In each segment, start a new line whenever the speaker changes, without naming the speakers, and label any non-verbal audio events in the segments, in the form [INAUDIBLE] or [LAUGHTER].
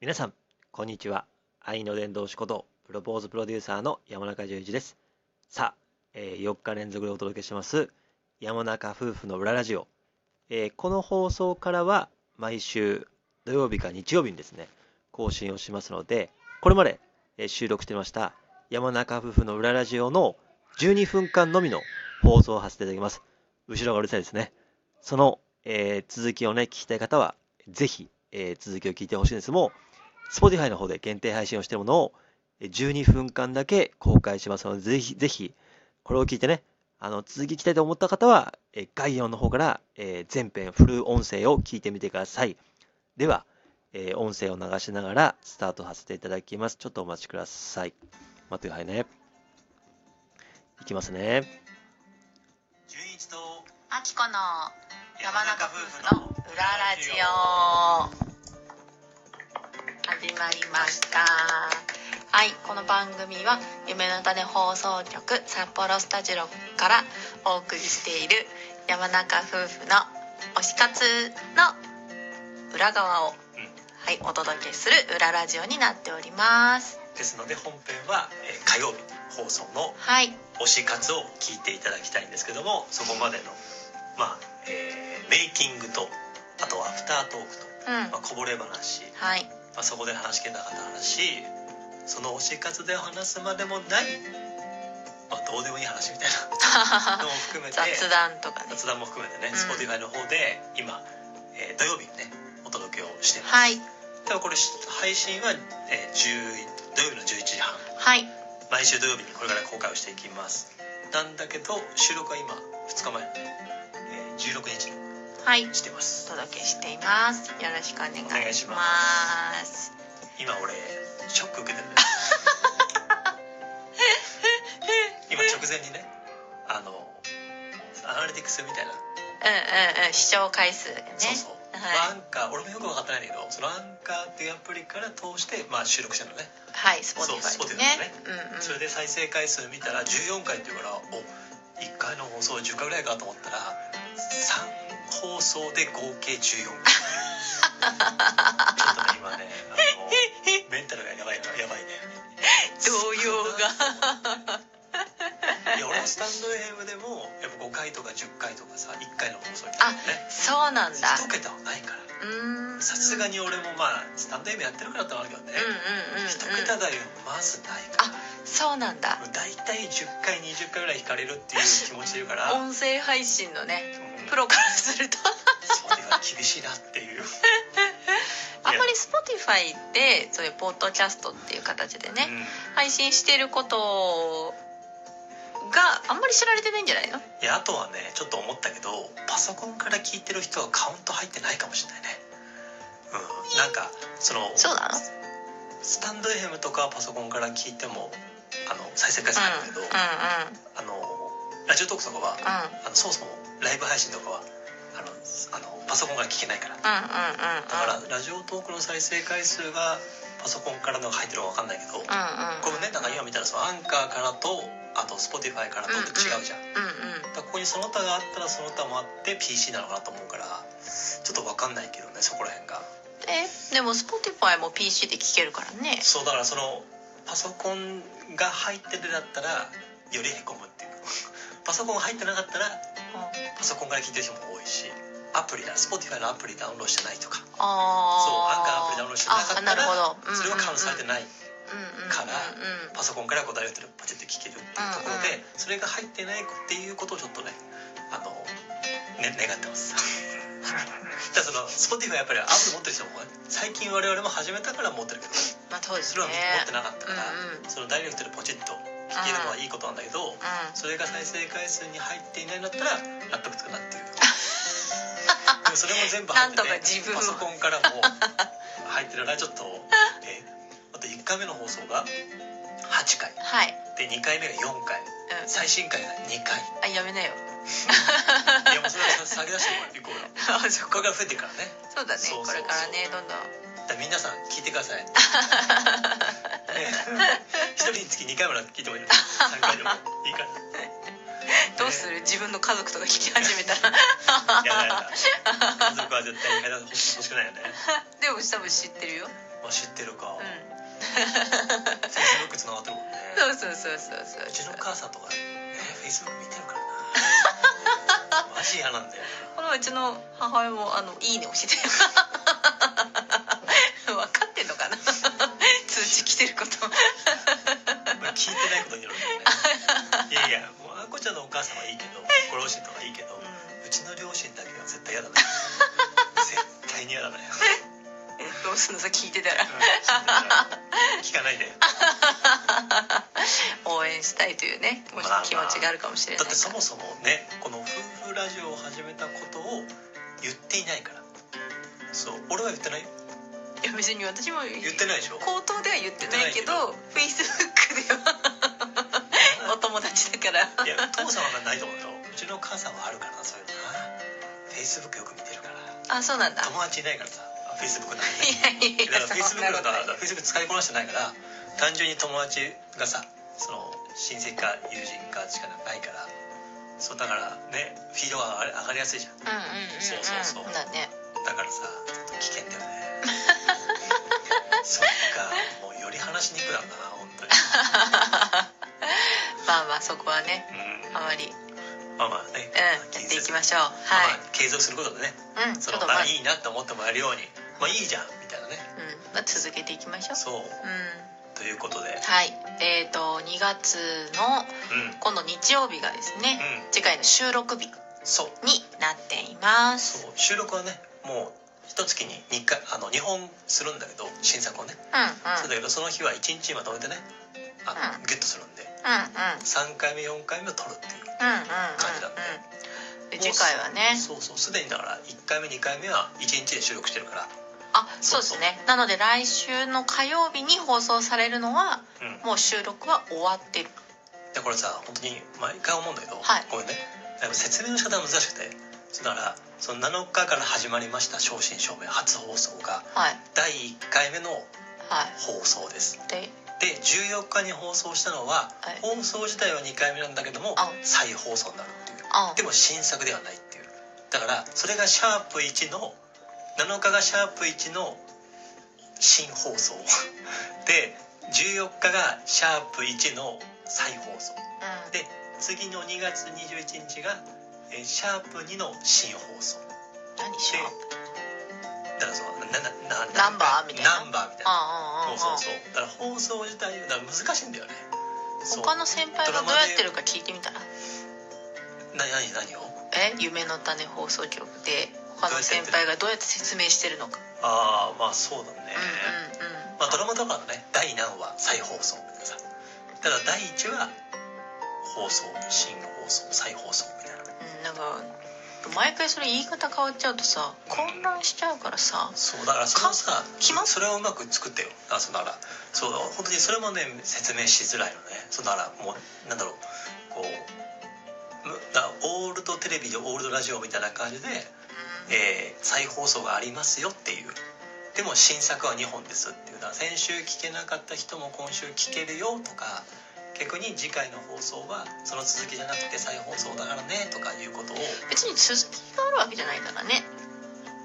皆さん、こんにちは。愛の伝道師こと、プロポーズプロデューサーの山中淳一です。さあ、えー4日連続でお届けします、山中夫婦の裏ラジオ。えーこの放送からは、毎週土曜日か日曜日にですね、更新をしますので、これまで、えー収録していました、山中夫婦の裏ラジオの12分間のみの放送をさせていただきます。後ろがうるさいですね。その、えー続きをね、聞きたい方は、ぜひ、えー続きを聞いてほしいんですもう Spotify の方で限定配信をしているものをえー12分間だけ公開しますので、ぜひ、ぜひ、これを聞いてね、あの、続き聞きたいと思った方は、えー概要の方から、えー全編フル音声を聞いてみてください。では、えー音声を流しながらスタートさせていただきます。ちょっとお待ちください。待ってくださいね。いきますね。
純一と
あきこの山中夫婦の裏ラジオ始まりましたはいこの番組は夢の種放送局札幌スタジオからお送りしている山中夫婦の推し活の裏側を、はいお届けする裏ラジオになっております
ですので本編は、えー火曜日放送の
はい
推し活を聞いていただきたいんですけどもそこまでの、まあえーメイキングとあとアフタートークと、
うん
まあ、こぼれ話、
はい
まあ、そこで話しきれなかった話その推し活で話すまでもない、まあ、どうでもいい話みたいなのを含めて
[LAUGHS] 雑談とかね
雑談も含めてね、
ん
Spotify の方で今、えー土曜日にねお届けをしてます、
はい
ではこれし配信は、えー10土曜日の11時半
はい
毎週土曜日にこれから公開をしていきますなんだけど収録は今2日前、えー16日に
はい
してま
お
す
届けしています。よろしくお願いします。
お願いしま今俺ショック受けてるんだよ今直前にねあのアナリティクスみたいな、
うんうんうん、視聴回数がね。
そうそう、
は
まあアンカー俺もよく分かってないんだけどそのアンカーっていうアプリから通して、まあ、収録してるのね
はい、スポティフ
そう
ァ
Spotify の
イね
ね。
うんうん。
それで再生回数見たら14回っていうからお1回の放送10回ぐらいかと思ったら3放送で合計14回ちょっとね今ねあのメンタルがやばいやばいね
動揺が。
いや俺もスタンド FM でもやっぱ5回とか10回とかさ1回の放送みたい
あ
なね、
そうなんだ。
1桁はないから
うーん。
さすがに俺もまあスタンド FM やってるからってのもあるけどね、
うんうんうんうん。
一桁台はまずないから
そうなんだ。
大体10回20回ぐらい引かれるっていう気持ちでいるから
音声配信のね、
うん
プロからすると。
そうでは厳しいなっていう
[LAUGHS] あんまりスポティファイで、そういうポッドキャストっていう形でね、配信してることがあんまり知られてないんじゃないの
うんいやあとはねちょっと思ったけどパソコンから聞いてる人はカウント入ってないかもしれないねうんなんかその
そうなの
スタンド FM とかパソコンから聞いてもあの再生回数あるけど、
うん
あのラジオトークとかは
うんうん。
あのそもそもライブ配信とかはあのあのパソコンから聞けないからだ
うんうん
からラジオトークの再生回数がパソコンからのが入ってるのか分かんないけど、
うんうん
これねなんか今見たらそのアンカーからとあと Spotify からとって違うじゃん、
うんうん
だからここにその他があったらその他もあって PC なのかなと思うからちょっと分かんないけどねそこら辺が
えでも Spotify も PC で聴けるからね
そうだからそのパソコンが入ってるだったらよりへこむっていう [LAUGHS] パソコンが入ってなかったらパソコンから聞いてる人も多いしアプリだ Spotify のアプリダウンロードしてないとか
ああ
そうアンカーアプリダウンロードしてなかったら
あなるほど、
それはカウントされて
る
ないから
うんうんうん
パソコンからこうダイレクトでポチッと聞けるっていうところで、
うん
それが入ってないっていうことをちょっとねあのね願ってます
[LAUGHS]
だからその Spotify やっぱりアプリ持ってる人もね最近我々も始めたから持ってるけど
まあそうです
そ
ね
れは持ってなかったから、
うんうん
そのダイレクトでポチッと聞けるのはいいことなんだけど、
う
それが再生回数に入っていないんだったら納得つくなっていう
[LAUGHS]
でもそれも全部入ってて
なんとか自分を
パソコンからも入ってるからちょっと、えあと1回目の放送が8回
んはい、
で2回目が4回
うん、
最新回が2回
あやめなよ
いやもうそれは下げ出してもらっていこうよ
あそ
こ
こ
れから増えていくからね
そうだね
そうそうそう
これからねどんど
だ
ん
から皆さん聞いてくだ
[LAUGHS]
さい、ね、1人につき2回もらって聞いてもいいの3回でもいいから
[LAUGHS] どうする自分の家族とか聞き始めた
[LAUGHS]
ら
やだやだ家族は絶対に入ら欲し欲しくないよね、
でも多分知ってるよ
まあ、知ってるか、
う
うんフェイスブック繋がってるもんね
そうそうそうそうそう
うちの母さんとかえフェイスブック見てるからなマジ嫌なんだよ
このうちの母親もあのいいね押してたよ分かってんのかな [LAUGHS] 通知来てること
まあ聞いてないことによるんだよねいやいやもうあこちゃんのお母さんはいいけどご両親とかいいけどうちの両親だけは絶対嫌だな絶対に嫌だ
[LAUGHS]
な
えどうすんのさ聞いてたら
聞かないで
応援したいというね気持ち,、
まあまあ
気持ちがあるかもしれな
だ
い
っ
か
て
ら
そもそもねこの夫婦ラジオを始めたことを言っていないからそう俺は言ってないよ
いや別に私も
言ってないでしょ
口頭では言ってないけどフェイスブックではお友達だから
いや父さんはないと思うようちの母さんはあるからなそういうのなフェイスブックよく見てるから
あそうなんだ
友達いないからさフェイスブックなんて
[LAUGHS] いやいや
だからフェイス
そ
ブ
ん
ック
な
だか
ことな
ら
い
フェイスブック使いこなしてないから単純に友達がさその親戚か友人かしかないからそうだからねフィードが上がり上がりやすいじゃん
うんうんうんうん
そうそうそう
だね
だからさ危険だよ
[LAUGHS]
ねそっかもうより話しにくくなるな本当に
まあまあそこはね
うん
あまり、うん、
まあまあね、
や
気
っ
にせ
てい
ず
きましょうは
まあまあ継続することでね
い、うんち
そ
ょっ
の
と
ま
ま
あいいなって思ってもらえるようにまあいいじゃんみたいなね
うんまあ、続けていきましょう
そう
うん
ということで
はいえー、と2月の
うんうん
今度日曜日がですね次回の収録日に
そう
なっていま
そ
す
う収録はねもう一月に2回あの2本するんだけど新作をね、
うんうん
そうだけどその日は1日まとめてねあ、
う
ギュッとするんで
うんうん
3回目4回目を撮るっていう
うんうんうん
感じだね
うんで次回はね
そうそうすでにだから1回目2回目は1日で収録してるか
あそ
そううそう
ですねなので来週の火曜日に放送されるのは
ら、うん、
もう収録は終わってる
でこれさ本当に毎回思うんだけど、
はい
こういうねやっぱ説明の仕方が難しくてだからその7日から始まりました正真正銘初放送が
はい
第1回目の
は
放送です
いで
で14日に放送したのは、
はい
放送自体は2回目なんだけども
あ
再放送になるっていう
あ
でも新作ではないっていうだからそれがシャープ1の7日がシャープ1の新放送 [LAUGHS] で14日がシャープ1の再放送
うん
で次の2月21日が、えーシャープ2の新放送
何しよう
だからそのななな
ナンバーみたいな
ナンバーみたいな
あああああ
そうそうそうだから放送自体だから難しいんだよねそう
他の先輩がどうやってるか聞いてみたら
な何何を
え夢の種放送局で他の先輩がどうやって説明してるのか
ああまあそうだね、
うんうんうん
まあ、ドラマとかのね第何話再放送みたいなさただ第1話放送新放送再放送みたいな
うんなんか毎回それ言い方変わっちゃうとさ混乱しちゃうからさ
そうだからそのさ
決まっ
それをうまく作ってよあそうだからそう本当にそれもね説明しづらいのねそうだからもうなんだろうこうむだからオールドテレビでオールドラジオみたいな感じで、えー再放送がありますよっていうでも新作は2本ですっていうだから先週聞けなかった人も今週聞けるよとか逆に次回の放送はその続きじゃなくて再放送だからねとかいうことを
別に続きがあるわけじゃないからね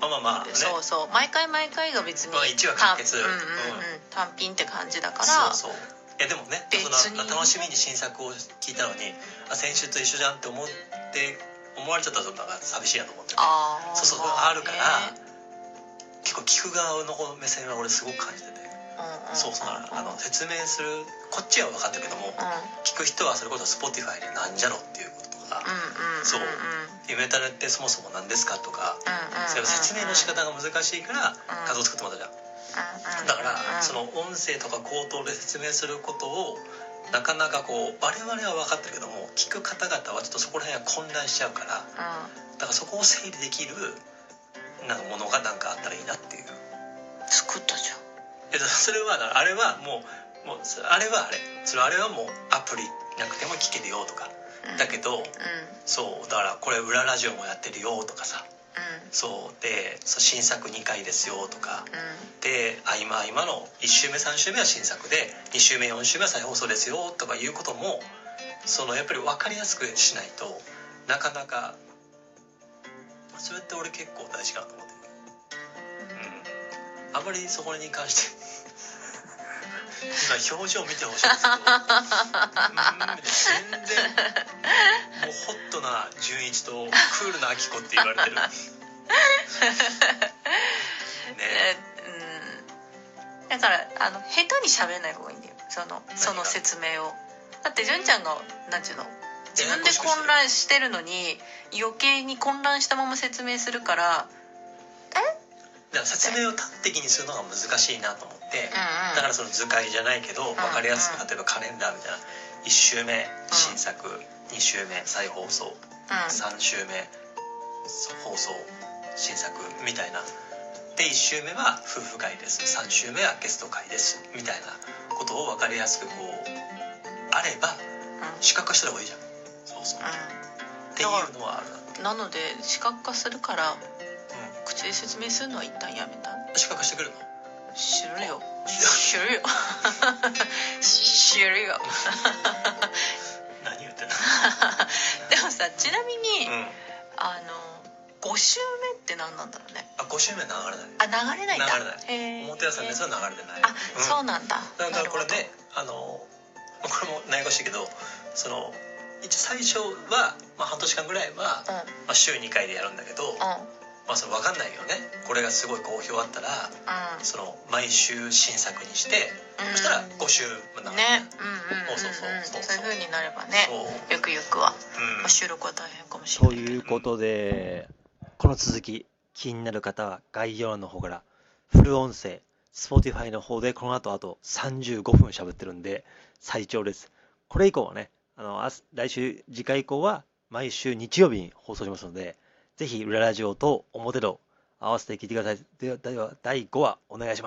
まあまあまあね
そうそう毎回毎回が別に
まあ一話完結
単うん
うん
うんうん、単品って感じだから
そうそういやでもね
別に
その楽しみに新作を聞いたのにあ先週と一緒じゃんって思って思われちゃったらちょっとなんか寂しいなと思って、ね、
あー
そうそう
ま
あるから、
ね
結構聞く側の方の目線は俺すごく感じてて、
うんうん
そうそうだからあの説明するこっちは分かったけども、
う
聞く人はそれこそ Spotify でなんじゃろっていうこととか
んうんうんうん
そう
うんうん
「夢タレってそもそも何ですか?」とか
うん
それは説明の仕方が難しいから画像
うん
作ってもらったじゃん
うんうん
だから、
うん
その音声とか口頭で説明することをなかなかこう我々は分かってるけども聞く方々はちょっとそこら辺は混乱しちゃうからだ
う
からそこを整理できるなんかものがなんかあったらいいなっていういや
ん作ったじゃん
だからそれはだからあれはもうもうそあれはあれそれあれはもうアプリなくても聞けるよとか
うん
だけど
うん
そうだからこれ裏ラジオもやってるよとかさ
う
そうでそう新作2回ですよとか
ん
で合間合間の1週目3週目は新作で2週目4週目は再放送ですよとかいうこともそのやっぱり分かりやすくしないとなかなかそれって俺結構大事かなと思ってるうんあまりそこに関して今表情見てほしいんですけどうーん全然もうホットな純一とクールなアキコって言われてるね
えうんだからあの下手に喋んない方がいいんだよそのその説明をだって純ちゃんがなんちゅうの自分で混乱してるのに余計に混乱したまま説明するから
だから説明を端的にするのが難しいなと思って、だ
う
からその図解じゃないけど分かりやす
うんうん
く例えばカレンダーみたいな1週目新作、2週目再放送、
ん
3週目放送新作みたいなで1週目は夫婦会です3週目はゲスト会ですみたいなことを分かりやすくこうあれば
うんうん
視覚化した方がいいじゃんそうそうっていうのはあるな
うんなので視覚化するから
う
口で説明するのは一旦やめた
ん視覚化してくるの
知るよ知るよ [LAUGHS] 知るよ [LAUGHS]
何言ってんの
でもさちなみ
う
に、
ん
あの5週目って何なんだろうね
あ5週目流れない
あ流れないんだ
流れない
へー
表屋さんのやつは流れてない
あ、
うん
そうなんだ
だからこれ
なる
であのこれも悩ましいけどその一応最初は、まあ、半年間ぐらいは、
ほど
まあ、週2回でやるんだけど、
うん
まあ、その分かんないよねこれがすごい好評あったら
う
その毎週新作にして
んうん
そしたら5週まあ
ねうんうんうん、うん、
そうそうそう
そういう風になれば
そ
ね
う、
ゆくゆくは、
うん
まあ、収録は大変かもしれ
と
ない
いうことで、この続き、気になる方は概要欄の方から、フル音声、Spotify の方でこの後あと35分喋ってるんで、最長です。これ以降はね、あの、明日来週、次回以降は毎週日曜日に放送しますので、ぜひ、裏ラジオと表の合わせて聞いてください。では、では第5話お願いします。